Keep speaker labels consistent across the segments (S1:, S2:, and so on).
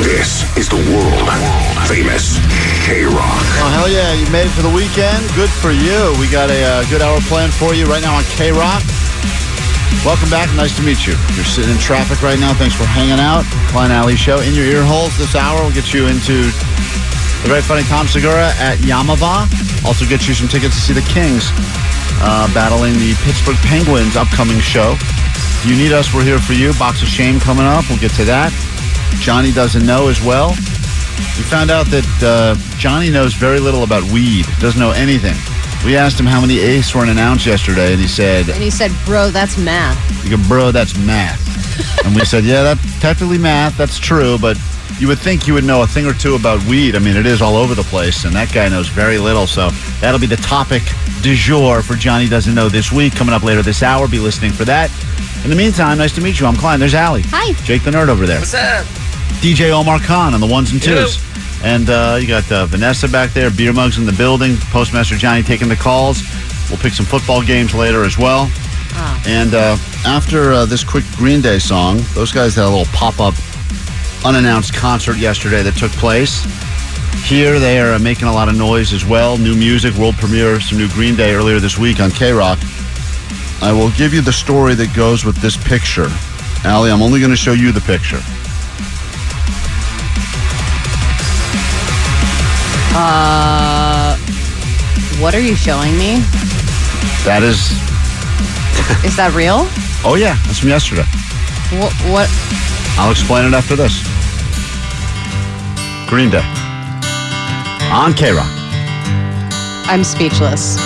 S1: This is the world famous K Rock.
S2: Oh, hell yeah. You made it for the weekend. Good for you. We got a uh, good hour planned for you right now on K Rock. Welcome back. Nice to meet you. You're sitting in traffic right now. Thanks for hanging out. Klein Alley Show in your ear holes this hour. We'll get you into the very funny Tom Segura at Yamava. Also, get you some tickets to see the Kings uh, battling the Pittsburgh Penguins upcoming show. You need us. We're here for you. Box of Shame coming up. We'll get to that. Johnny doesn't know as well. We found out that uh, Johnny knows very little about weed, doesn't know anything. We asked him how many eighths were in an ounce yesterday, and he said,
S3: And he said, Bro, that's math.
S2: you go, bro, that's math. and we said, yeah, that's technically math. That's true, but you would think you would know a thing or two about weed. I mean, it is all over the place, and that guy knows very little. So that'll be the topic du jour for Johnny Doesn't Know this week. Coming up later this hour, be listening for that. In the meantime, nice to meet you. I'm Klein. There's Allie.
S3: Hi.
S2: Jake the Nerd over there.
S4: What's up?
S2: DJ Omar Khan on the ones and twos. And uh, you got uh, Vanessa back there, beer mugs in the building, Postmaster Johnny taking the calls. We'll pick some football games later as well. And uh, after uh, this quick Green Day song, those guys had a little pop up unannounced concert yesterday that took place. Here they are uh, making a lot of noise as well. New music, world premiere, some new Green Day earlier this week on K Rock. I will give you the story that goes with this picture. Allie, I'm only going to show you the picture.
S5: What are you showing me?
S2: That is
S5: Is that real?
S2: Oh yeah, that's from yesterday.
S5: What? what?
S2: I'll explain it after this. Green Day on K Rock.
S5: I'm speechless.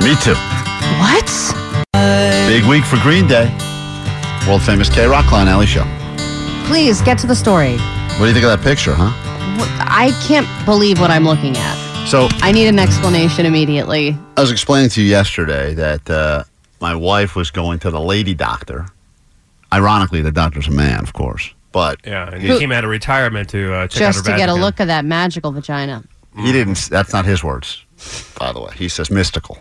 S2: Me too.
S5: What?
S2: Big week for Green Day. World famous K Rock Clown Alley Show.
S5: Please get to the story.
S2: What do you think of that picture, huh?
S5: What- I can't believe what I'm looking at.
S2: So
S5: I need an explanation immediately.
S2: I was explaining to you yesterday that uh, my wife was going to the lady doctor. Ironically, the doctor's a man, of course, but
S4: Yeah, and he came out of retirement to uh, check out her
S5: Just to get a
S4: Vatican.
S5: look at that magical vagina.
S2: He didn't. That's not his words, by the way. He says mystical.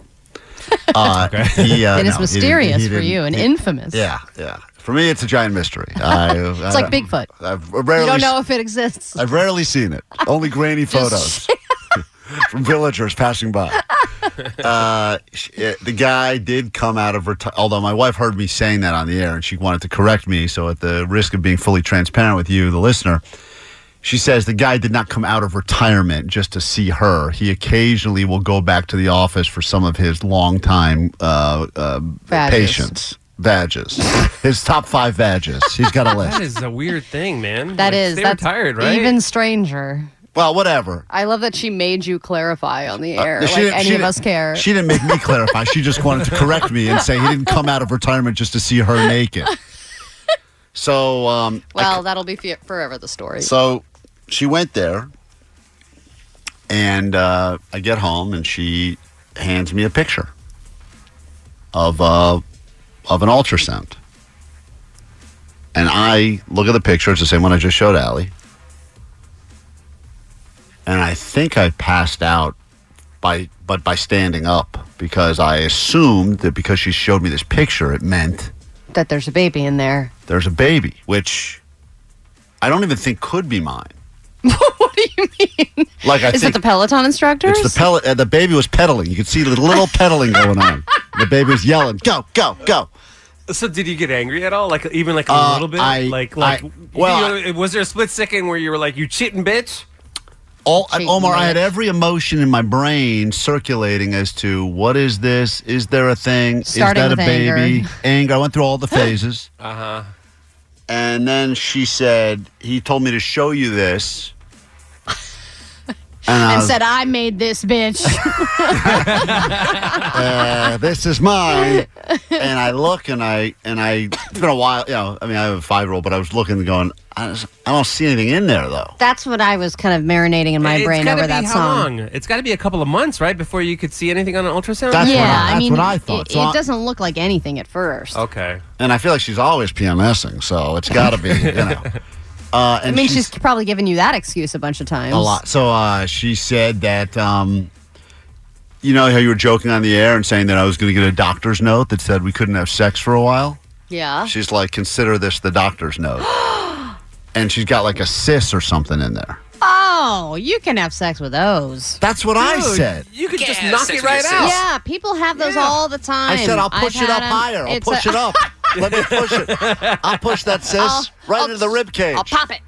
S2: Uh, he, uh, no, he
S5: it is
S2: didn't-
S5: mysterious
S2: he
S5: for
S2: didn't-
S5: you and
S2: he-
S5: infamous.
S2: Yeah, uh, yeah. For me, it's a giant mystery. I,
S5: It's like Bigfoot.
S2: I've rarely,
S5: You don't know if it exists.
S2: I've rarely seen it. Only grainy photos from villagers passing by. Uh, sh- eh, the guy did come out of retirement. Although my wife heard me saying that on the air, and she wanted to correct me. So, at the risk of being fully transparent with you, the listener, she says the guy did not come out of retirement just to see her. He occasionally will go back to the office for some of his longtime uh, uh,
S5: Badges.
S2: patients. Badges. His top five badges. He's got a list.
S4: That is a weird thing, man.
S5: That is.
S4: They
S5: that's
S4: retired, right?
S5: Even stranger.
S2: Well, whatever.
S5: I love that she made you clarify on the air.
S2: No, Uh, she
S5: like
S2: didn't- she
S5: any of
S2: didn't-
S5: us care.
S2: She didn't make me clarify. She just wanted to correct me and say he didn't come out of retirement just to see her naked. So, um, I
S5: well, that'll be fe- forever the story.
S2: so she went there, and uh, I get home, and she hands me a picture of uh, of an ultrasound. And I look at the picture; it's the same one I just showed Allie. And I think I passed out by but by standing up because I assumed that because she showed me this picture, it meant
S5: that there's a baby in there.
S2: there's a baby, which I don't even think could be mine.
S5: what do you mean?
S2: Like I
S5: Is it
S2: think
S5: the Peloton instructors?
S2: it's the pellet. Uh, the baby was pedaling. You could see the little pedaling going on. The baby was yelling, "Go, go, go!"
S4: So did you get angry at all? Like even like a
S2: Uh,
S4: little bit?
S2: I-
S4: like like
S2: I- well,
S4: you know, was there a split second where you were like, "You cheating bitch"?
S2: All,
S5: Cheating
S2: Omar, I had
S5: bitch.
S2: every emotion in my brain circulating as to what is this? Is there a thing?
S5: Starting
S2: is that a
S5: with
S2: baby?
S5: anger.
S2: I went through all the phases. uh huh. And then she said, "He told me to show you this." And, I
S5: and
S2: was,
S5: said, I made this bitch.
S2: uh, "This is mine." and I look, and I and I. It's been a while. You know, I mean, I have a five-year-old, but I was looking, and going, I, just- I don't see anything in there though.
S5: That's what I was kind of marinating in my
S4: It's
S5: brain
S4: gotta
S5: over
S4: be
S5: that
S4: how
S5: song.
S4: long? It's got to be a couple of months, right, before you could see anything on an ultrasound.
S2: That's
S5: yeah,
S2: what I- that's
S5: mean,
S2: what I thought.
S5: It,
S2: So I-
S5: it doesn't look like anything at first.
S4: okay.
S2: And I feel like she's always PMSing, so it's got to be, you know. Uh,
S5: I
S2: and
S5: mean,
S2: she-
S5: she's probably given you that excuse a bunch of times.
S2: a lot. So uh, she said that, um, you know, how you were joking on the air and saying that I was going to get a doctor's note that said we couldn't have sex for a while.
S5: Yeah.
S2: She's like, consider this the doctor's note. and she's got like a cyst or something in there.
S5: Oh, you can have sex with those.
S2: That's what I
S4: Dude,
S2: said.
S4: you could just knock it right out.
S5: Yeah, people have those all the time.
S2: I said I'll push
S5: I've
S2: it
S5: had
S2: up
S5: them.
S2: higher. I'll
S5: It's
S2: push
S5: a-
S2: it up. Let me push it. I'll push that cyst right into the rib cage.
S5: I'll pop it.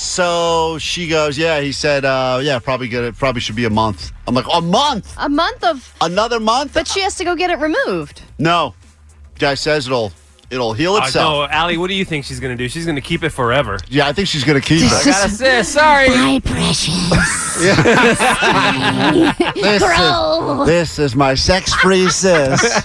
S2: So she goes, yeah. He said, uh, yeah, probably good. It probably should be a month. I'm like, a month?
S5: A month of,
S2: Another month?
S5: but she has to go get it removed.
S2: no. Guy says it'll it'll heal
S4: Uh,
S2: itself.
S4: no, Allie, what do you think she's gonna do? She's gonna keep it forever.
S2: Yeah, I think she's gonna keep
S4: I
S2: it.
S4: gotta say, sorry.
S5: My precious.
S2: This
S5: Grow.
S2: is, this is my sex free sis.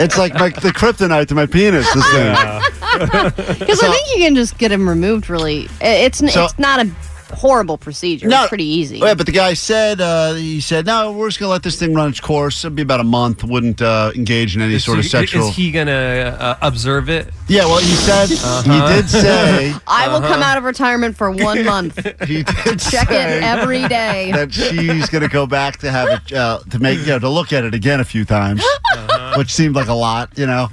S2: it's like my, the kryptonite to my penis. This thing.
S5: Because
S2: So-
S5: I think you can just get them removed. Really, I- it's n
S2: So-
S5: it's not a horrible procedure. it's pretty easy.
S2: Yeah, but the guy said uh, he said no. We're just gonna let this thing run its course. It'll be about a month. Wouldn't uh, engage in any
S4: Is
S2: sort of
S4: she-
S2: sexual.
S4: Is he gonna uh, observe it?
S2: yeah, well, he said
S4: Uh-huh.
S2: he did say
S5: I will
S2: Uh-huh.
S5: come out of retirement for one month.
S2: he did
S5: Check
S2: say
S5: it every day.
S2: that she's going to go back to have it uh, to make you know to look at it again a few times,
S4: Uh-huh.
S2: which seemed like a lot, you know.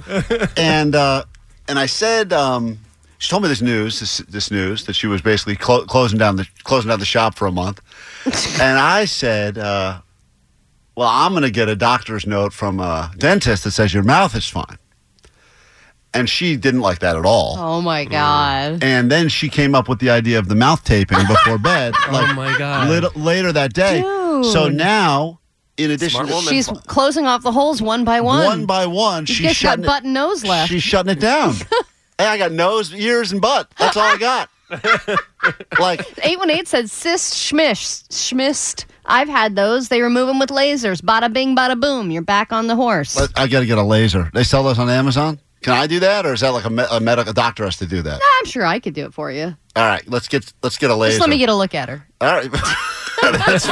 S2: And uh, and I said um, she told me this news, this, this news that she was basically clo- closing down the closing down the shop for a month, and I said. Uh, well, I'm going to get a doctor's note from a dentist that says your mouth is fine. And she didn't like that at all.
S5: Oh my god.
S2: And then she came up with the idea of the mouth taping before bed. Like
S4: oh my god.
S2: lit- later that day. So
S5: Dude.
S2: now, in addition,
S4: Smart
S2: to
S4: woman.
S5: She's closing off the holes one by one.
S2: Mm. one by one,
S5: She's
S2: she's
S5: just got
S2: shutting it,
S5: button nose left.
S2: she's shutting it down. hey, I got nose, ears, and butt. That's all I got. like,
S5: Eight one eight said cyst schmish schmist. I've had those. They remove them with lasers. Bada bing, bada boom. You're back on the horse.
S2: I- I got to get a laser. They sell those on Amazon. Can I do that, or is that like a, me- a medical doctor has to do that?
S5: I'm sure I could do it for you.
S2: All right, let's get let's get a laser.
S5: Just let me get a look at her.
S2: All right, that's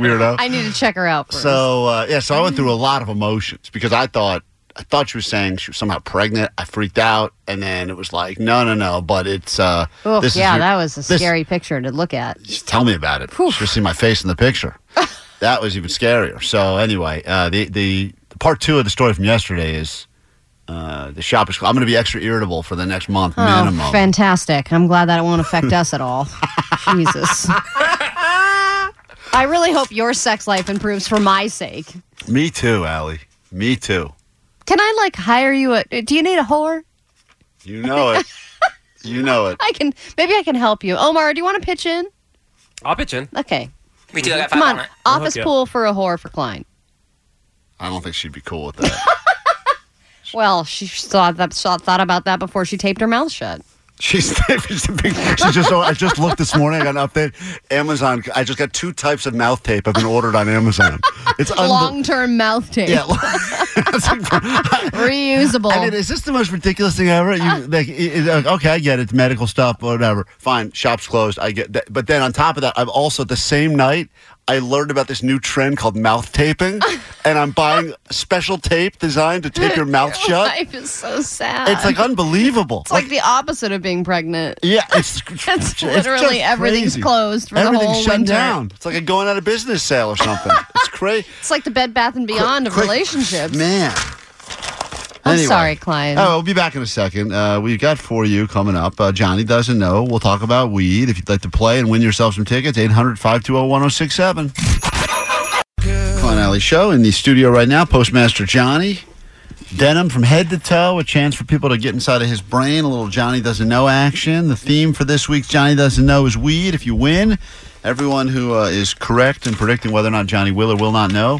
S2: weirdo.
S5: I need to check her out first.
S2: So uh, yeah, so I went through a lot of emotions because I thought I thought she was saying she was somehow pregnant. I freaked out, and then it was like, no, no, no. But it's uh,
S5: Ugh,
S2: this is
S5: yeah,
S2: your-
S5: that was a
S2: this-
S5: scary picture to look at.
S2: Just tell me about it. Just see my face in the picture. that was even scarier. So anyway, uh, the the part two of the story from yesterday is. Uh, the shop is. cl- I'm going to be extra irritable for the next month minimum.
S5: Oh, fantastic. I'm glad that it won't affect us at all. Jesus. I really hope your sex life improves for my sake.
S2: Me too, Allie. Me too.
S5: Can I like hire you a do you need a whore?
S2: You know it. you know it.
S5: I can maybe I can help you. Omar, do you want to pitch in?
S4: I'll pitch in.
S5: Okay.
S6: We do have
S5: Come on.
S4: I'll
S5: Office
S4: hook you up.
S5: pool for a whore for Klein.
S2: I don't think she'd be cool with that.
S5: Well, she thought that thought thought about that before she taped her mouth shut.
S2: She's she's a big- she just I just looked this morning. I got an update. Amazon. I just got two types of mouth tape. I've been ordered on Amazon. It's unbe-
S5: Long term mouth tape.
S2: Yeah. It's like-
S5: Reusable.
S2: I mean, is this the most ridiculous thing ever? You, like, it- it- okay, I get it. It's medical stuff, whatever. Fine. Shop's closed. I get that. But then on top of that, I've also the same night I learned about this new trend called mouth taping, and I'm buying special tape designed to tape your mouth
S5: Oh
S2: shut.
S5: Life is so sad.
S2: It's like unbelievable.
S5: It's like the opposite of being pregnant.
S2: Yeah, it's,
S5: That's
S2: it's
S5: literally
S2: just
S5: everything's
S2: crazy.
S5: closed for the
S2: Everything's
S5: whole
S2: shut
S5: winter.
S2: down. It's like a going out of business sale or something. it's crazy.
S5: It's like the Bed Bath and Beyond of relationships.
S2: man.
S5: I'm
S2: Anyway.
S5: sorry, Klein.
S2: Oh, we'll be back in a second. Uh, we've got for you coming up. Uh, Johnny doesn't know. We'll talk about weed. If you'd like to play and win yourself some tickets, 800 520 1067. Klein Alley Show in the studio right now. Postmaster Johnny Denim from head to toe, a chance for people to get inside of his brain, a little Johnny Doesn't Know action. The theme for this week's Johnny Doesn't Know is weed. If you win, everyone who uh, is correct in predicting whether or not Johnny will or will not know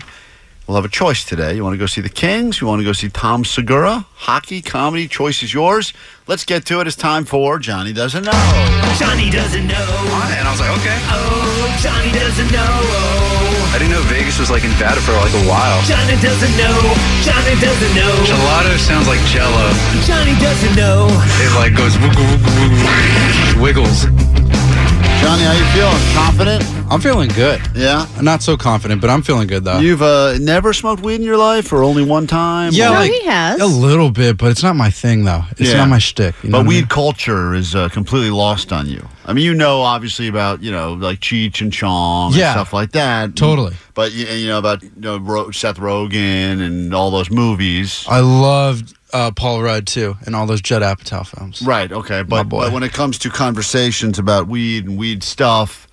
S2: will have a choice today. You want to go see the Kings? You want to go see Tom Segura? Hockey, comedy, choice is yours. Let's get to it. It's time for Johnny Doesn't Know.
S6: Johnny doesn't know.
S7: on it. And I was like, okay.
S6: Oh, Johnny doesn't know.
S7: I didn't know Vegas was like in bed for like a while.
S6: Johnny doesn't know. Johnny doesn't know.
S7: Gelato sounds like jello.
S6: Johnny doesn't know.
S7: It like goes wiggle, wiggle, wiggle, wiggles.
S2: Johnny, how you feeling? Confident?
S8: I'm feeling good.
S2: Yeah.
S8: I'm not so confident, but I'm feeling good though.
S2: You've uh, never smoked weed in your life, or only one time?
S8: yeah,
S2: Or-
S8: like
S5: he has.
S8: a little bit, but it's not my thing though. It's
S2: Yeah.
S8: not my shtick. you
S2: but
S8: know what I
S2: weed
S8: mean?
S2: culture is uh, completely lost on you. I mean, you know, obviously about you know like Cheech and Chong and
S8: Yeah.
S2: stuff like that.
S8: Totally.
S2: But you, you know about you know, Ro- Seth Rogen and all those movies.
S8: I loved uh, Paul Rudd too, and all those Judd Apatow films.
S2: right. Okay. But,
S8: boy.
S2: but when it comes to conversations about weed and weed stuff,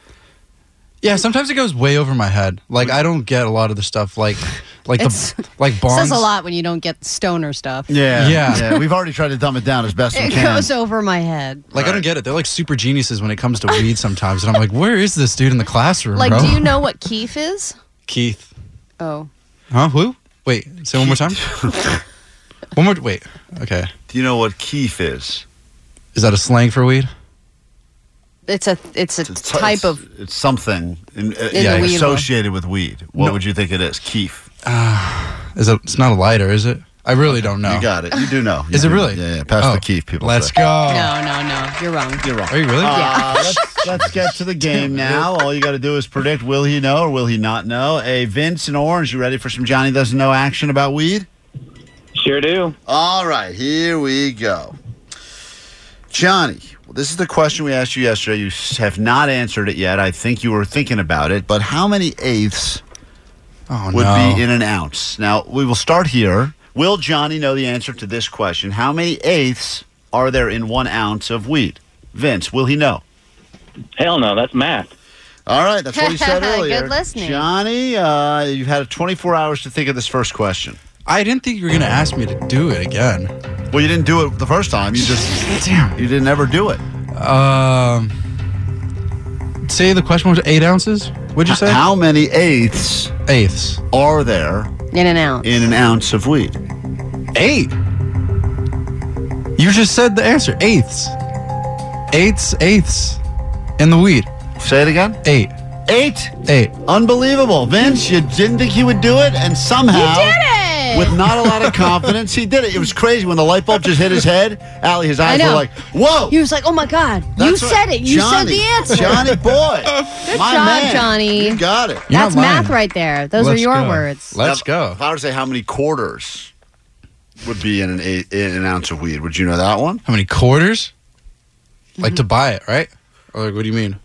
S8: Yeah, sometimes it goes way over my head. Like I don't get a lot of the stuff. Like, like
S5: It's-
S8: the like
S5: Says
S8: Bonds.
S5: a lot when you don't get stoner stuff.
S2: yeah,
S8: Yeah.
S2: We've already tried to dumb it down as best we
S5: It
S2: can.
S5: goes over my head.
S8: Like I don't get it. They're like super geniuses when it comes to weed sometimes, and I'm like, where is this dude in the classroom?
S5: Like,
S8: bro?
S5: do you know what keef is?
S8: Keith?
S5: Oh,
S8: Huh? Who? Wait. Say one more time. one more. Wait. Okay.
S2: Do you know what keef is?
S8: Is that a slang for weed?
S5: it's a it's a
S2: It's a-
S5: type
S2: it's-
S5: of
S2: It's something in, uh,
S5: In
S8: the
S5: weed
S2: associated with weed. What would you think it is? Keef.
S8: Is it? It's not a lighter, is it? I really don't know.
S2: You got Oh. it. You do know. You
S8: Is it
S2: do-
S8: really?
S2: Yeah. yeah. Pass
S8: Oh,
S2: the keef, people.
S8: Let's
S2: say.
S8: go.
S5: no, no, no. You're wrong.
S2: You're wrong.
S8: Are you really?
S2: Uh, let's, let's get to the game now. All you got to do is predict will he know or will he not know. Hey, Vince in Orange, you ready for some Johnny Doesn't Know action about weed?
S9: Sure do.
S2: All right, here we go. Johnny, well, this is the question we asked you yesterday. You s- have not answered it yet. I think you were thinking about it, but how many eighths
S8: Oh
S2: would
S8: no.
S2: be in an ounce? Now, we will start here. Will Johnny know the answer to this question? How many eighths are there in one ounce of weed? Vince, will he know?
S9: Hell no, that's math.
S2: All right, that's what he said
S5: Good
S2: earlier.
S5: listening.
S2: Johnny. Uh, you've had 24 hours to think of this first question.
S8: I didn't think you were gonna ask me to do it again.
S2: Well, you didn't do it the first time. You just
S8: Damn.
S2: you didn't ever do it.
S8: Um. Say the question was eight ounces. What'd you say?
S2: How many eighths
S8: Eighths.
S2: are there
S5: In and out.
S2: in an ounce of weed?
S8: Eight. You just said the answer. Eighths. Eighths. Eighths. In the weed.
S2: Say it again.
S8: Eight.
S2: Eight.
S8: Eight.
S2: Unbelievable, Vince. You didn't think he would do it, and somehow.
S5: Hey!
S2: With not a lot of confidence, he did it. It was crazy when the light bulb just hit his head. Allie, his eyes were
S5: know.
S2: like, "Whoa!"
S5: He was like, "Oh my God,
S2: That's
S5: you
S2: right.
S5: said it. You
S2: Johnny,
S5: said the answer."
S2: Johnny boy. Good My
S5: job,
S2: man.
S5: Johnny.
S2: You got it.
S8: You're not
S5: That's math
S8: lying.
S5: right there. Those
S8: Let's
S5: are your
S8: go.
S5: words.
S8: Let's
S2: Now,
S8: go.
S2: If I were to say how many quarters would be in an eight, in an ounce of weed, would you know that one?
S8: How many quarters? Like to
S5: Mm-hmm.
S8: buy it, right? Or like, what do you mean?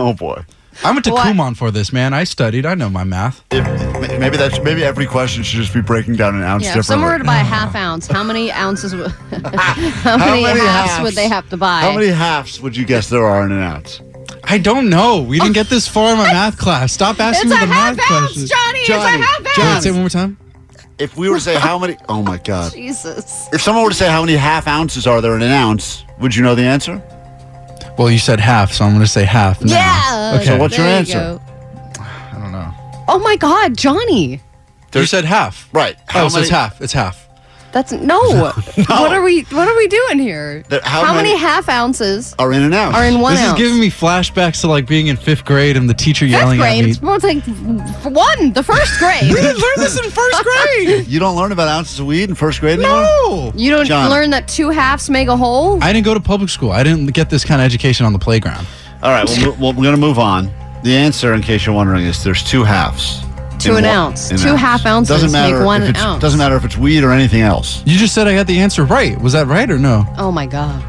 S2: Oh boy.
S8: I'm a
S5: What?
S8: Takuman for this, man. I studied. I know my math.
S2: If, m- maybe that's maybe every question should just be breaking down an ounce
S5: Yeah, if someone were
S2: differently.
S5: to buy a half ounce, how many ounces? W- how,
S2: many
S5: many halves,
S2: halves?
S5: would they have to buy?
S2: How many halves would you guess there are in an ounce?
S8: I don't know. We didn't get this far in my math class. Stop
S5: it's
S8: asking
S5: a
S8: me the
S5: half
S8: math
S5: ounce,
S8: questions.
S5: Johnny.
S2: Johnny,
S5: It's a half
S8: Wait,
S5: ounce.
S8: say it one more time.
S2: If we were to say how many, oh my god!
S5: Jesus.
S2: If someone were to say how many half ounces are there in an ounce, would you know the answer?
S8: Well, you said half, so I'm going to say half. now.
S5: Yeah.
S8: Okay.
S2: So what's your
S5: There you
S2: answer?
S5: go.
S8: I don't know.
S5: Oh my God, Johnny.
S8: You said half.
S2: Right. How
S8: oh, so it's
S2: many-
S8: half. It's half.
S5: That's no. What are we? What are we doing here?
S2: There- how
S5: many,
S2: many-
S5: half ounces
S2: Are in an ounce.
S5: are in one
S8: this
S5: ounce?
S8: is giving me flashbacks to like being in fifth grade and the teacher
S5: Fifth
S8: yelling
S5: grade. It's
S8: at me.
S5: more like f- one. The first grade.
S8: We didn't learn this in first grade.
S2: You don't learn about ounces of weed in first grade anymore.
S8: no.
S5: you don't
S2: Johnny.
S5: learn that two halves make a whole.
S8: I didn't go to public school. I didn't get this kind of education on the playground.
S2: All right. Well, mo- well, we're gonna move on. The answer, in case you're wondering, is there's two halves.
S5: To
S2: in
S5: an
S2: one-
S5: ounce.
S2: in an
S5: Two half ounces
S2: doesn't
S5: make
S2: matter
S5: one
S2: if it's,
S5: ounce.
S2: Doesn't matter if it's weed or anything else.
S8: You just said I got the answer right. Was that right or no?
S5: oh my God.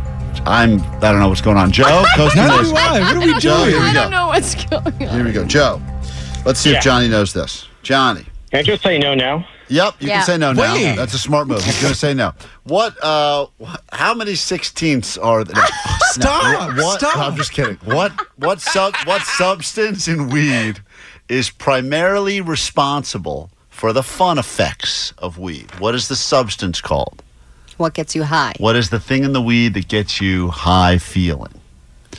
S2: I'm. I don't know what's going on, Joe. Coast to
S8: Neither
S2: this.
S8: do I. What are we
S2: Joe,
S8: doing?
S2: here we
S5: I
S2: go.
S5: don't know what's going on.
S2: Here we go, Joe. Let's see
S9: Yeah.
S2: if Johnny knows this. Johnny.
S9: Can I just say no now?
S2: Yep, you
S5: Yeah.
S2: can say no now.
S8: Wait.
S2: That's a smart move. He's going to say no. What? Uh, wh- how many sixteenths are there?
S8: Stop.
S2: what?
S8: Stop.
S2: I'm just kidding. What? What sub? What substance in weed is primarily responsible for the fun effects of weed. What is the substance called?
S5: What gets you high?
S2: What is the thing in the weed that gets you high feeling?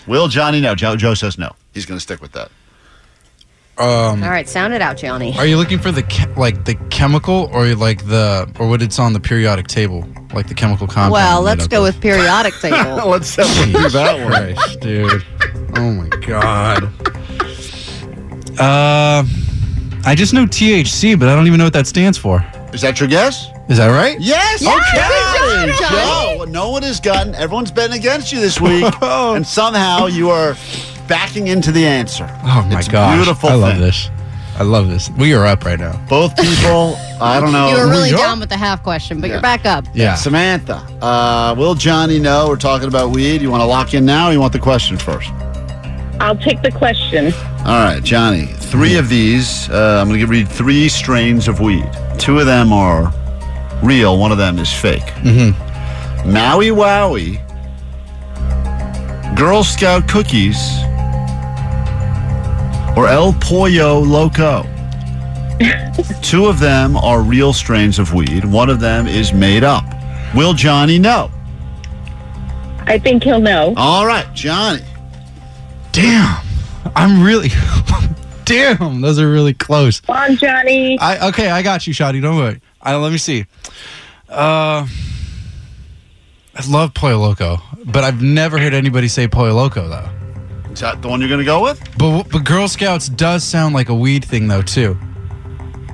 S2: Will Johnny know? Joe, Joe says no. He's going to stick with that.
S8: Um,
S3: All right, sound it out, Johnny.
S8: are you looking for the che- like the chemical or like the or what it's on the periodic table, like the chemical compound?
S5: Well,
S8: made
S5: let's
S8: up
S5: go
S8: of?
S5: with periodic table.
S2: Let's uh, do that one.
S8: Christ, dude. Oh my god. Uh, I just know THC, but I don't even know what that stands for.
S2: Is that your guess?
S8: Is that right?
S2: Yes.
S5: Yes,
S2: Okay.
S5: good job,
S2: Joe, no one has gotten. Everyone's betting against you this week, and somehow you are backing into the answer.
S8: Oh my
S2: It's a
S8: gosh.
S2: Beautiful.
S8: I love
S2: thing.
S8: this. I love this. We are up right now.
S2: Both people. I don't know.
S5: You were really
S8: New York?
S5: down with the half question, but
S2: Yeah.
S5: you're back up.
S8: Yeah.
S2: Samantha, uh, will Johnny know we're talking about weed? You want to lock in now or you want the question first?
S10: I'll take the question.
S2: All right, Johnny, three of these, uh, I'm going to read three strains of weed. Two of them are real, one of them is fake. Mm-hmm. Maui Wowie, Girl Scout Cookies, or El Pollo Loco. Two of them are real strains of weed, one of them is made up. Will Johnny know?
S10: I think he'll know.
S2: All right, Johnny.
S8: Damn. I'm really. Damn. Those are really close.
S10: Come on, Johnny.
S8: I okay. I got you, Shotty. Don't worry. I, let me see. Uh, I love Pollo Loco, but I've never heard anybody say Pollo Loco though.
S2: Is that the one you're going to go with?
S8: But, but Girl Scouts does sound like a weed thing, though, too.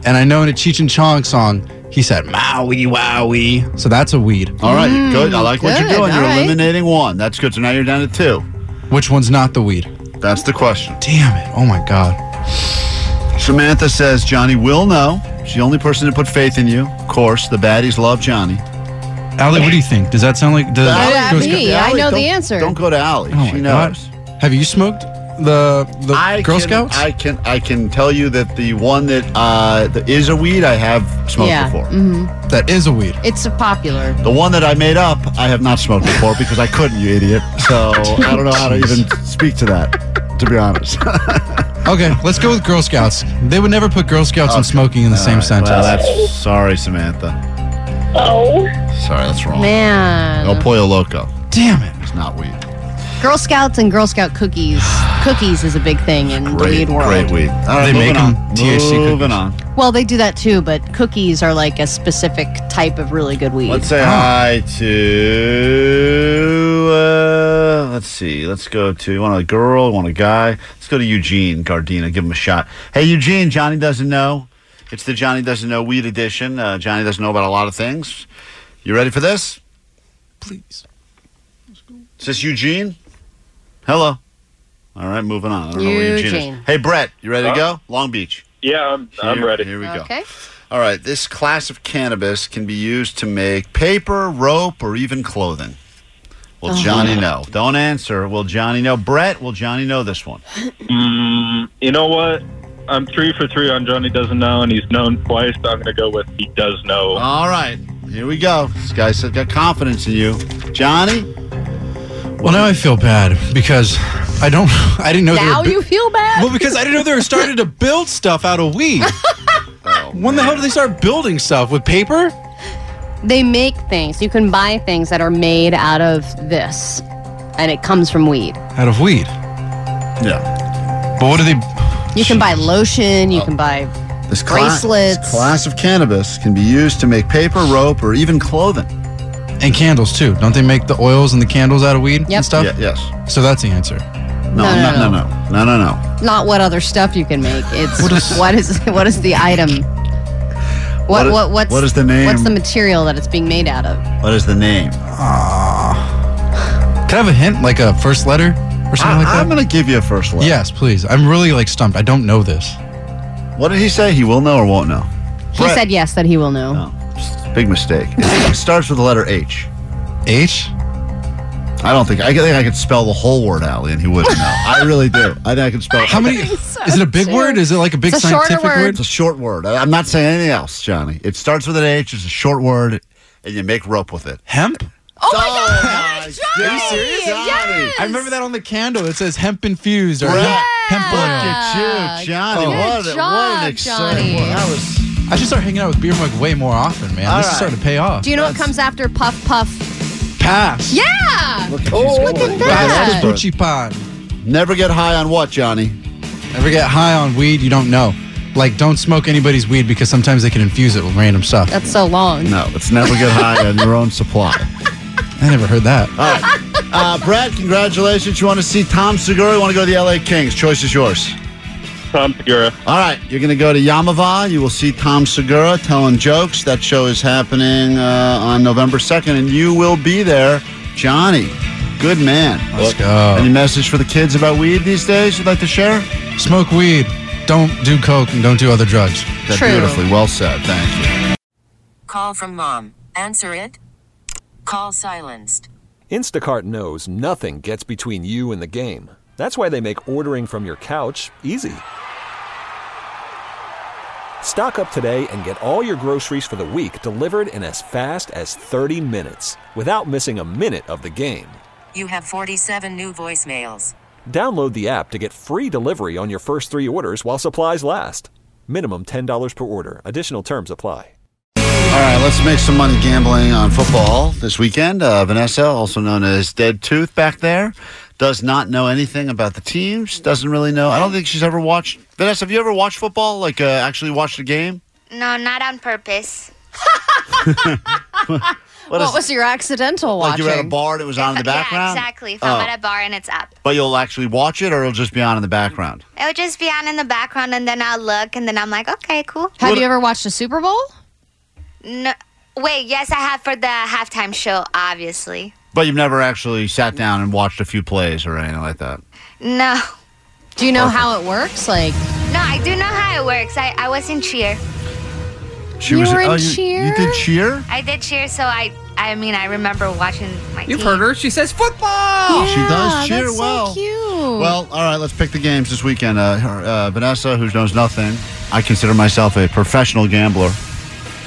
S8: And I know in a Cheech and Chong song, he said, Maui Wowie. So that's a weed.
S2: All right, good. I like what you're
S5: Mm, good.
S2: doing. You're
S5: All right.
S2: eliminating one. That's good. So now you're down to two.
S8: Which one's not the weed?
S2: That's the question.
S8: Damn it. Oh my God.
S2: Samantha says Johnny will know. She's the only person to put faith in you. Of course, the baddies love Johnny.
S8: Allie, what do you think? Does that sound like. Does
S2: Allie,
S5: at
S8: Girl Scout-
S5: me. I
S2: Allie,
S5: know the
S2: don't-
S5: answer.
S2: Don't go to Allie.
S8: Oh
S2: she
S8: my
S2: knows.
S8: God. Have you smoked the, the
S2: I
S8: Girl
S2: can,
S8: Scouts?
S2: I can I can tell you that the one that uh, that is a weed I have smoked
S5: Yeah. mm-hmm.
S2: before.
S8: that is a weed.
S5: It's a popular.
S2: The one that I made up I have not smoked before because I couldn't, you idiot. So I don't know how to even speak to that, to be honest.
S8: Okay, let's go with Girl Scouts. They would never put Girl Scouts and smoking in the same sentence.
S2: Well, that's sorry, Samantha.
S10: Oh,
S2: Sorry, that's wrong.
S5: Man.
S2: El Pollo Loco.
S8: Damn it.
S2: It's not weed.
S5: Oh, Girl Scouts and Girl Scout cookies. cookies is a big thing in the
S2: Great,
S5: weed world.
S2: great weed. All
S8: They make
S2: moving on.
S8: 'em THC cookies.
S2: Moving on.
S5: Well, they do that too, but cookies are like a specific type of really good weed.
S2: Let's say hi to. Uh, let's see. Let's go to. You want a girl? You want a guy? Let's go to Eugene Gardena. Give him a shot. Hey, Eugene. Johnny doesn't know. It's the Johnny doesn't know weed edition. Uh, Johnny doesn't know about a lot of things. You ready for this?
S8: Please.
S2: Is this Eugene? Hello. All right, moving on. I don't know where Eugene
S3: Eugene.
S2: is. Hey, Brett. You ready to go? Long Beach.
S9: Yeah, I'm, I'm
S2: Here-
S9: ready.
S2: Here we go.
S3: Okay.
S2: All right, this class of cannabis can be used to make paper, rope, or even clothing. Will
S8: Oh.
S2: Johnny know? Don't answer. Will Johnny know? Brett, will Johnny know this one?
S9: Mm, you know what? I'm three for three on Johnny Doesn't Know, and he's known twice. So I'm going to go with he does know.
S2: All right, here we go. This guy's got confidence in you. Johnny?
S8: Well, now I feel bad because I don't. I didn't know. they were
S3: Now
S8: bu-
S3: you feel bad?
S8: Well, because I didn't know they were starting to build stuff out of weed. when the hell do they start building stuff with paper?
S5: They make things. You can buy things that are made out of this, and it comes from weed.
S8: Out of weed.
S2: Yeah.
S8: But what do they?
S5: You can buy lotion.
S2: Oh.
S5: You can buy.
S2: This, cla-
S5: Bracelets.
S2: this class of cannabis can be used to make paper, rope, or even clothing.
S8: And candles too. Don't they make the oils and the candles out of weed
S5: Yep.
S8: and stuff?
S2: Yeah, yes.
S8: So that's the answer.
S2: No, no,
S5: No,
S2: no,
S5: no,
S2: no. No, no, no.
S5: Not what other stuff you can make. It's
S8: What
S5: what
S8: is-
S5: is what is, the item?
S2: What
S5: What
S2: is-
S5: what what's
S2: what is the name?
S5: What's the material that it's being made out of?
S2: What is the name?
S8: Could I have a hint, like a first letter or something like
S2: I,
S8: that?
S2: am going to give you a first letter.
S8: Yes, please. I'm really like stumped. I don't know this.
S2: What did he say? He will know or won't know?
S5: He
S2: Brett. Oh.
S5: said yes that he will know.
S2: No. Big mistake. It starts with the letter H.
S8: H.
S2: I don't think I think I could spell the whole word Allie, and he wouldn't know. I really do. I think I could spell.
S8: How many? is it a big word? Is it like a big
S5: It's a shorter
S8: scientific
S5: word.
S2: It's a short word. I, am not saying anything else, Johnny. It starts with an H. It's a short word, and you make rope with it.
S8: Hemp.
S2: Oh my God! Are you serious? Johnny?
S8: I remember that on the candle. It says hemp infused or
S2: Brett,
S8: hemp
S2: Look
S8: oil.
S2: at you, Johnny.
S8: Good
S2: what, a, what an
S3: job,
S2: exciting
S3: Johnny.
S2: one. That was
S8: I should start hanging out with Beer Mug way more often, man.
S5: All
S8: this
S5: right.
S8: is starting to pay off.
S5: Do you know what comes after Puff Puff?
S8: Pass.
S5: Yeah!
S2: Oh,
S5: Look at that.
S2: Never get high on what, Johnny?
S8: Never get high on weed you don't know. Like, don't smoke anybody's weed because sometimes they can infuse it with random stuff.
S5: That's so long.
S2: No, it's never get high on your own supply.
S8: I never heard that.
S2: All right. Uh, Brad, congratulations. You want to see Tom Segura? You want to go to the LA Kings? Choice is yours.
S9: Tom Segura.
S2: All right. You're going to go to Yamava. You will see Tom Segura telling jokes. That show is happening uh, on November 2nd, and you will be there. Johnny, good man.
S8: Let's go.
S2: Any message for the kids about weed these days you'd like to share?
S8: Smoke weed. Don't do coke and don't do other drugs.
S2: That True. beautifully well said. Thank you.
S11: Call from mom. Answer it. Call silenced.
S12: Instacart knows nothing gets between you and the game. That's why they make ordering from your couch easy. Stock up today and get all your groceries for the week delivered in as fast as 30 minutes without missing a minute of the game.
S11: You have 47 new voicemails.
S12: Download the app to get free delivery on your first three orders while supplies last. Minimum $10 per order. Additional terms apply.
S2: All right, let's make some money gambling on football this weekend. Uh, Vanessa, also known as Dead Tooth back there, does not know anything about the teams, doesn't really know. I don't think she's ever watched. Vanessa, have you ever watched football? Like, uh, actually watched a game?
S13: No, not on purpose.
S2: What
S5: What,
S2: is-
S5: was your accidental
S2: Like
S5: watching?
S2: you were at a bar and it was on in the
S13: Yeah,
S2: background?
S13: exactly. If
S2: Oh.
S13: I'm at a bar and it's up,
S2: But you'll actually watch it or it'll just be on in the background?
S13: it'll just be on in the background, and then I'll look, and then I'm like, okay, cool.
S5: Have you ever watched a Super Bowl?
S13: No, wait. Yes, I have for the halftime show, obviously.
S2: But you've never actually sat down and watched a few plays or anything like that.
S13: No.
S5: Do you know how it works? Like,
S13: No, I do know how it works. I, I was in cheer.
S2: She
S13: You
S2: was
S13: were in
S2: oh, you, You
S13: cheer?
S2: did cheer?
S13: I did cheer, so I I mean I remember watching my.
S4: You've
S13: team.
S4: heard her. She says football.
S2: She
S5: "Ah,
S2: does cheer
S13: that's so
S2: well.
S13: cute.
S2: Well, all right, let's pick the games this weekend. Uh, her- uh, Vanessa, who knows nothing, I consider myself a professional gambler.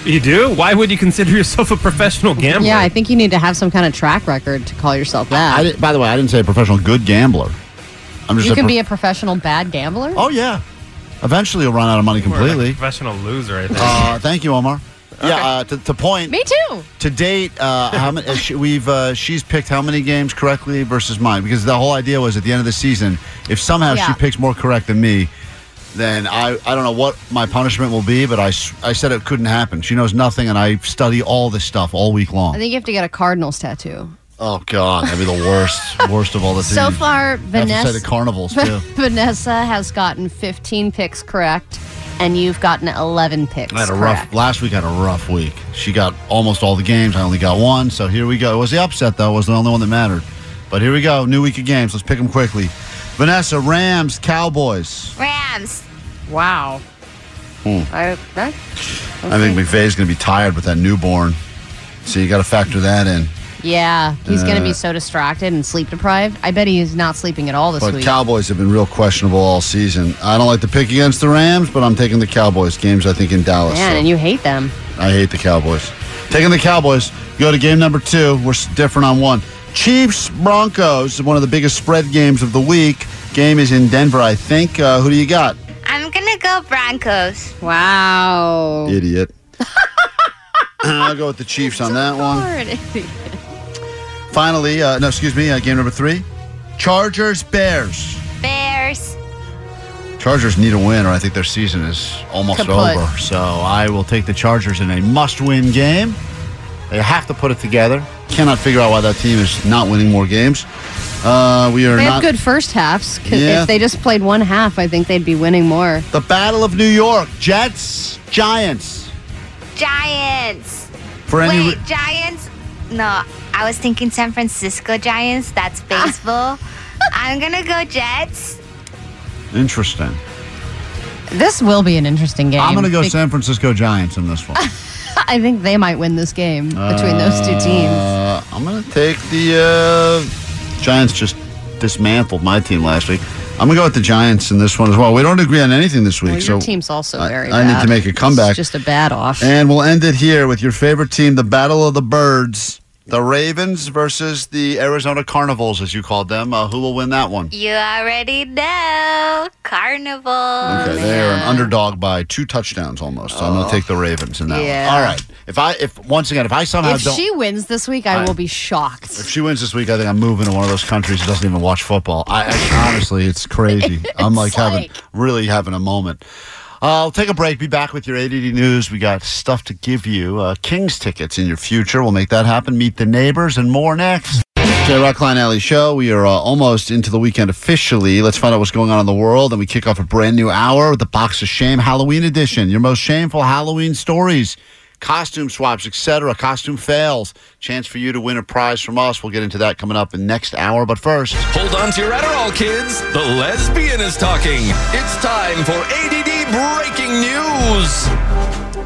S4: You do? Why would you consider yourself a professional gambler?
S5: yeah, I think you need to have some kind of track record to call yourself that.
S2: I di- by the way, I didn't say a professional good gambler. I'm just
S5: you
S2: a
S5: can
S2: pro-
S5: be a professional bad gambler.
S2: Oh yeah. Eventually, you'll run out of money
S4: More of a
S2: completely.
S4: professional loser, I think.
S2: Uh, thank you, Omar. Yeah, uh, to, to point.
S5: Me too.
S2: To date, uh, how many uh, she, we've uh, she's picked how many games correctly versus mine? Because the whole idea was at the end of the season, if somehow she
S5: Yeah.
S2: picks more correct than me, then I I don't know what my punishment will be. But I s- I said it couldn't happen. She knows nothing, and I study all this stuff all week
S5: I
S2: long.
S5: think you have to get a Cardinals tattoo.
S2: Oh God, that'd be the worst, worst of all the things.
S5: So far,
S2: I have to say
S5: Vanessa
S2: the carnivals too.
S5: Vanessa has gotten 15 picks correct, and you've gotten 11 picks.
S2: I had a
S5: correct.
S2: rough last week. I had a rough week. She got almost all the games. I only got one. So here we go. It was the upset though. It was the only one that mattered. But here we go. New week of games. Let's pick them quickly. Vanessa, Rams, Cowboys.
S13: Rams.
S5: Wow.
S2: Hmm.
S5: I, that,
S2: I think McVay's going to be tired with that newborn. So you got to factor that in.
S5: yeah, he's going
S2: Uh,
S5: to be so distracted and sleep deprived. I bet he is not sleeping at all this
S2: but
S5: week.
S2: Cowboys have been real questionable all season. I don't like to pick against the Rams, but I'm taking the Cowboys games. I think in Dallas.
S5: Man,
S2: so-
S5: and you hate them.
S2: I hate the Cowboys. Taking the Cowboys. Go to game number two. We're s- different on one. Chiefs Broncos. One of the biggest spread games of the week. Game is in Denver, I think. Uh, who do you got?
S13: I'm gonna go Broncos.
S5: Wow.
S2: Idiot. Uh, I'll go with the Chiefs on that one. Finally, uh, no, excuse me. Uh, game number three. Chargers Bears.
S13: Bears.
S2: Chargers need a win, or I think their season is almost
S13: Kaput.
S2: over. So I will take the Chargers in a must-win game. They have to put it together. Cannot figure out why that team is not winning more games. Uh, we are
S5: They
S2: not
S5: have good first halves. 'cause
S2: Yeah.
S5: If they just played one half, I think they'd be winning more.
S2: the Battle of New York Jets Giants
S13: Giants.
S2: for any.
S13: Wait, Giants? No, I was thinking San Francisco Giants. That's
S2: Ah.
S13: baseball. I'm gonna go Jets.
S2: re- Interesting.
S5: This will be an interesting game.
S2: I'm going to go
S5: Be-
S2: San Francisco Giants in this one.
S5: I think they might win this game between those two teams.
S2: Uh, I'm going to take the uh, Giants. Just dismantled my team last week. I'm going to go with the Giants in this one as well. We don't agree on anything this week,
S5: Well,
S2: so
S5: your team's also very.
S2: I need
S5: bad.
S2: to make a comeback.
S5: It's just a bad off.
S2: And we'll end it here with your favorite team, the Battle of the Birds. The Ravens versus the Arizona Carnivals, as you called them. Uh, who will win that one?
S13: You already know. Carnival.
S5: Oh,
S2: Okay, they're an underdog by two touchdowns almost. So I'm going to take the Ravens in that
S5: Yeah.
S2: one. All right. If I, if once again, if I somehow
S5: If
S2: don't,
S5: she wins this week, I
S2: I-
S5: will be shocked.
S2: if she wins this week, I think I'm moving to one of those countries that doesn't even watch football. I, I honestly, it's crazy. I'm like,
S5: It's
S2: having
S5: like-
S2: really having a moment. Uh, I'll take a break. Be back with your ADD news. We got stuff to give you. Uh, Kings tickets in your future. We'll make that happen. Meet the neighbors and more next. J Rock Klein Alley Show. We are uh, almost into the weekend officially. Let's find out what's going on in the world. And we kick off a brand new hour with the Box of Shame Halloween edition. Your most shameful Halloween stories, costume swaps, etc. Costume fails. Chance for you to win a prize from us. We'll get into that coming up in next hour. But first,
S14: Hold on to your Adderall, kids. The lesbian is talking. It's time for ADD breaking news.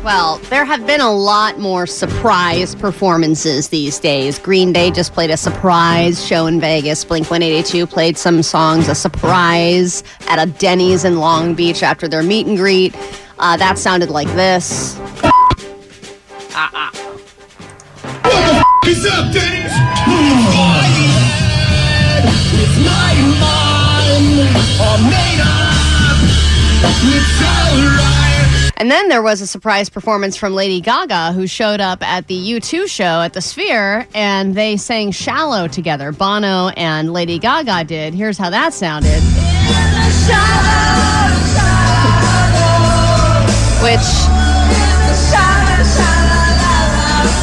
S5: Well, there have been a lot more surprise performances these days. Green Day just played a surprise show in Vegas. Blink 182 played some songs, a surprise at a Denny's in Long Beach after their meet and greet. Uh, that sounded like this.
S6: It's up, Dennis! It's my mind, all made up. It's alright.
S5: And then there was a surprise performance from Lady Gaga, who showed up at the U2 show at the Sphere, and they sang Shallow together. Bono and Lady Gaga did. Here's how that sounded. Which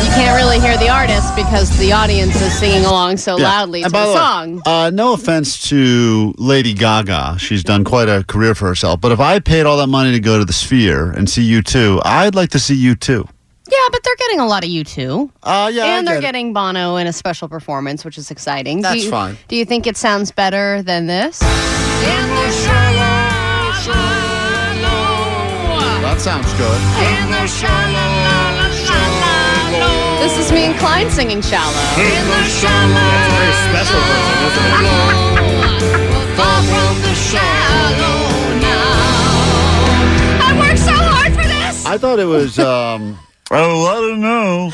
S5: you can't really hear the artist because the audience is singing along so
S2: Yeah.
S5: loudly to
S2: And by
S5: the
S2: way,
S5: song.
S2: uh, no offense to Lady Gaga, she's done quite a career for herself. But if I paid all that money to go to the Sphere and see you too, I'd like to see you too.
S5: Yeah, but they're getting a lot of you two.
S2: Uh, yeah, I
S5: and they're
S2: get it.
S5: getting Bono in a special performance, which is exciting. Do
S2: That's
S5: you-
S2: fine.
S5: Do you think it sounds better than this?
S2: That sounds good.
S5: This is me and Klein singing "Shallow." I worked so hard for this.
S2: I thought it was. Um, oh, I don't know.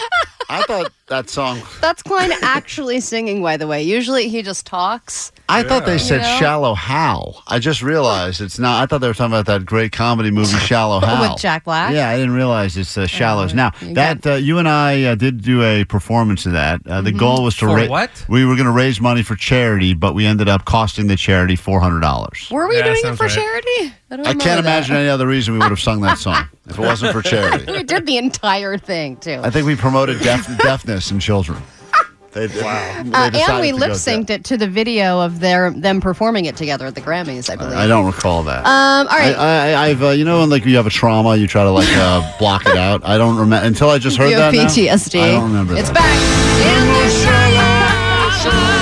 S2: I thought that song.
S5: That's Klein actually singing, by the way. Usually he just talks.
S2: I thought they
S5: You
S2: said
S5: know?
S2: "Shallow Hal." I just realized it's not. I thought they were talking about that great comedy movie "Shallow
S5: With
S2: Hal"
S5: Jack Black? Oh,
S2: Yeah, I didn't realize it's uh, "Shallows." now that uh, you and I uh, did do a performance of that. Uh,
S5: Mm-hmm.
S2: the goal was to
S4: For
S2: raise
S4: what?
S2: We were going to raise money for charity, but we ended up costing the charity four hundred dollars.
S5: Were we
S2: Yeah,
S5: doing it
S2: sounds
S5: for
S2: right.
S5: charity? don't
S2: I
S5: remember
S2: can't
S5: that.
S2: imagine any other reason we would have sung that song if it wasn't for charity.
S5: we did the entire thing too.
S2: I think we promoted deaf, deafness in children. They, wow.
S5: Uh, and we lip synced it to the video of their them performing it together at the Grammys, I believe.
S2: I don't recall that.
S5: Um, all right.
S2: I, I, I've, uh, you know, when like you have a trauma, you try to like uh, block it out. I don't remember until I just heard
S5: You
S2: that.
S5: have
S2: now,
S5: PTSD.
S2: I don't remember.
S5: It's
S2: that.
S5: back.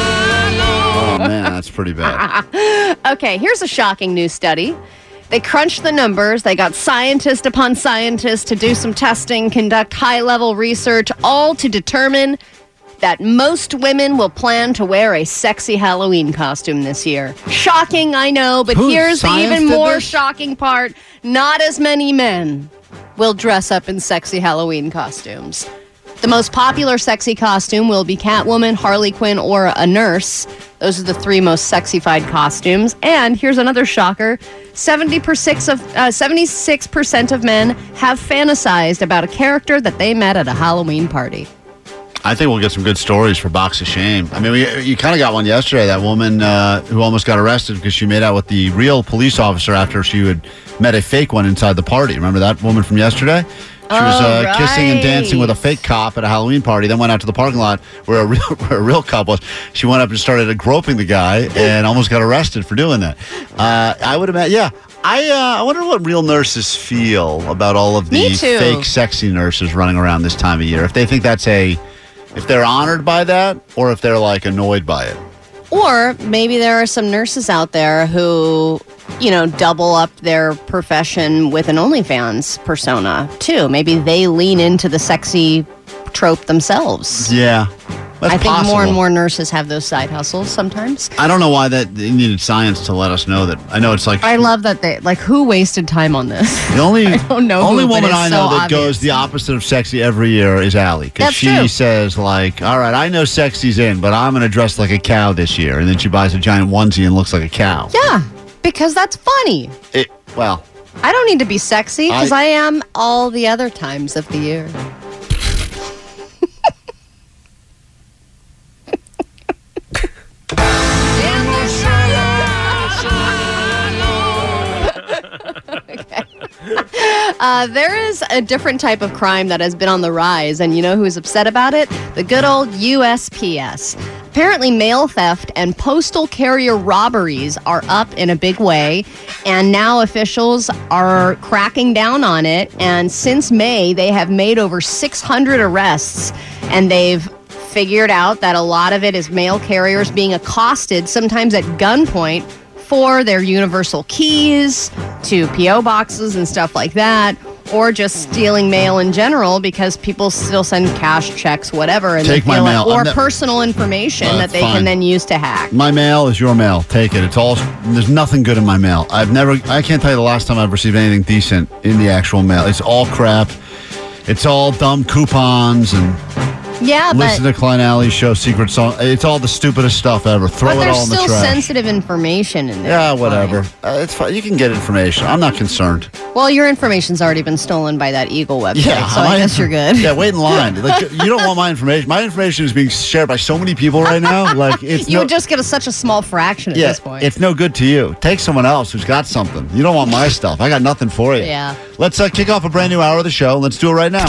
S2: Oh man, that's pretty bad.
S5: okay, here's a shocking new study. They crunched the numbers. They got scientist upon scientist to do some testing, conduct high level research, all to determine that most women will plan to wear a sexy Halloween costume this year. Shocking, I know, but
S3: Who,
S5: here's the
S3: science
S5: even
S3: did
S5: more
S3: this?
S5: shocking part not as many men will dress up in sexy Halloween costumes. The most popular sexy costume will be Catwoman, Harley Quinn, or a nurse. Those are the three most sexified costumes. And here's another shocker 76% of, uh, 76% of men have fantasized about a character that they met at a Halloween party.
S2: I think we'll get some good stories for Box of Shame. I mean, we, you kind of got one yesterday. That woman uh, who almost got arrested because she made out with the real police officer after she had met a fake one inside the party. Remember that woman from yesterday? She was
S6: Oh,
S2: uh, kissing and dancing with a
S6: right.
S2: fake cop at a Halloween party. Then went out to the parking lot where a real where a real cop was. She went up and started uh, groping the guy and almost got arrested for doing that. Uh, I would imagine. Yeah, I uh, I wonder what real nurses feel about all of
S5: Me
S2: the
S5: too.
S2: fake sexy nurses running around this time of year. If they think that's a, if they're honored by that, or if they're like annoyed by it.
S5: Or maybe there are some nurses out there who, you know, double up their profession with an OnlyFans persona too. Maybe they lean into the sexy trope themselves.
S2: Yeah. That's
S5: I think
S2: possible.
S5: more and more nurses have those side hustles sometimes.
S2: I don't know why that they needed science to let us know that. I know it's like
S5: I love that they like who wasted time on this.
S2: the only
S5: I don't know
S2: only
S5: who, but
S2: woman
S5: it's
S2: I know
S5: so
S2: that goes the opposite of sexy every year is Allie because
S5: That's
S2: she
S5: true.
S2: says like, "All right, I know sexy's in, but I'm gonna dress like a cow this year," and then she buys a giant onesie and looks like a cow.
S5: Yeah, because that's funny.
S2: It, well,
S5: I don't need to be sexy because
S2: I-
S5: I, am all the other times of the year. Uh, there is a different type of crime that has been on the rise, and you know who's upset about it? The good old USPS. Apparently, mail theft and postal carrier robberies are up in a big way, and now officials are cracking down on it. And since May, they have made over 600 arrests, and they've figured out that a lot of it is mail carriers being accosted, sometimes at gunpoint, for their universal keys to P.O. boxes and stuff like that, or just stealing mail in general because people still send cash checks, whatever, and
S2: Take
S5: they
S2: my
S5: feel like-
S2: mail.
S5: or
S2: I'm not-
S5: personal information
S2: Uh,
S5: that they
S2: fine.
S5: can then use to hack.
S2: My mail is your mail. Take it. It's all. There's nothing good in my mail. I've never. I can't tell you the last time I've received anything decent in the actual mail. It's all crap. It's all dumb coupons and
S5: Yeah, but.
S2: listen to Klein Alley show secret song. It's all the stupidest stuff ever. Throw
S5: but
S2: it
S5: there's
S2: all in the
S5: still
S2: trash.
S5: sensitive information in there.
S2: yeah, whatever. Uh, it's fine. You can get information. I'm not concerned.
S5: Well, your information's already been stolen by that Eagle website,
S2: Yeah,
S5: so I
S2: my
S5: guess you're good.
S2: Yeah, wait in line. Like you don't want my information. My information is being shared by so many people right now. Like it's
S5: you
S2: no,
S5: would just get a, such a small fraction at
S2: yeah,
S5: this point.
S2: it's no good to you. Take someone else who's got something. You don't want my stuff. I got nothing for you.
S15: Yeah.
S2: Let's uh, kick off a brand new hour of the show. Let's do it right now.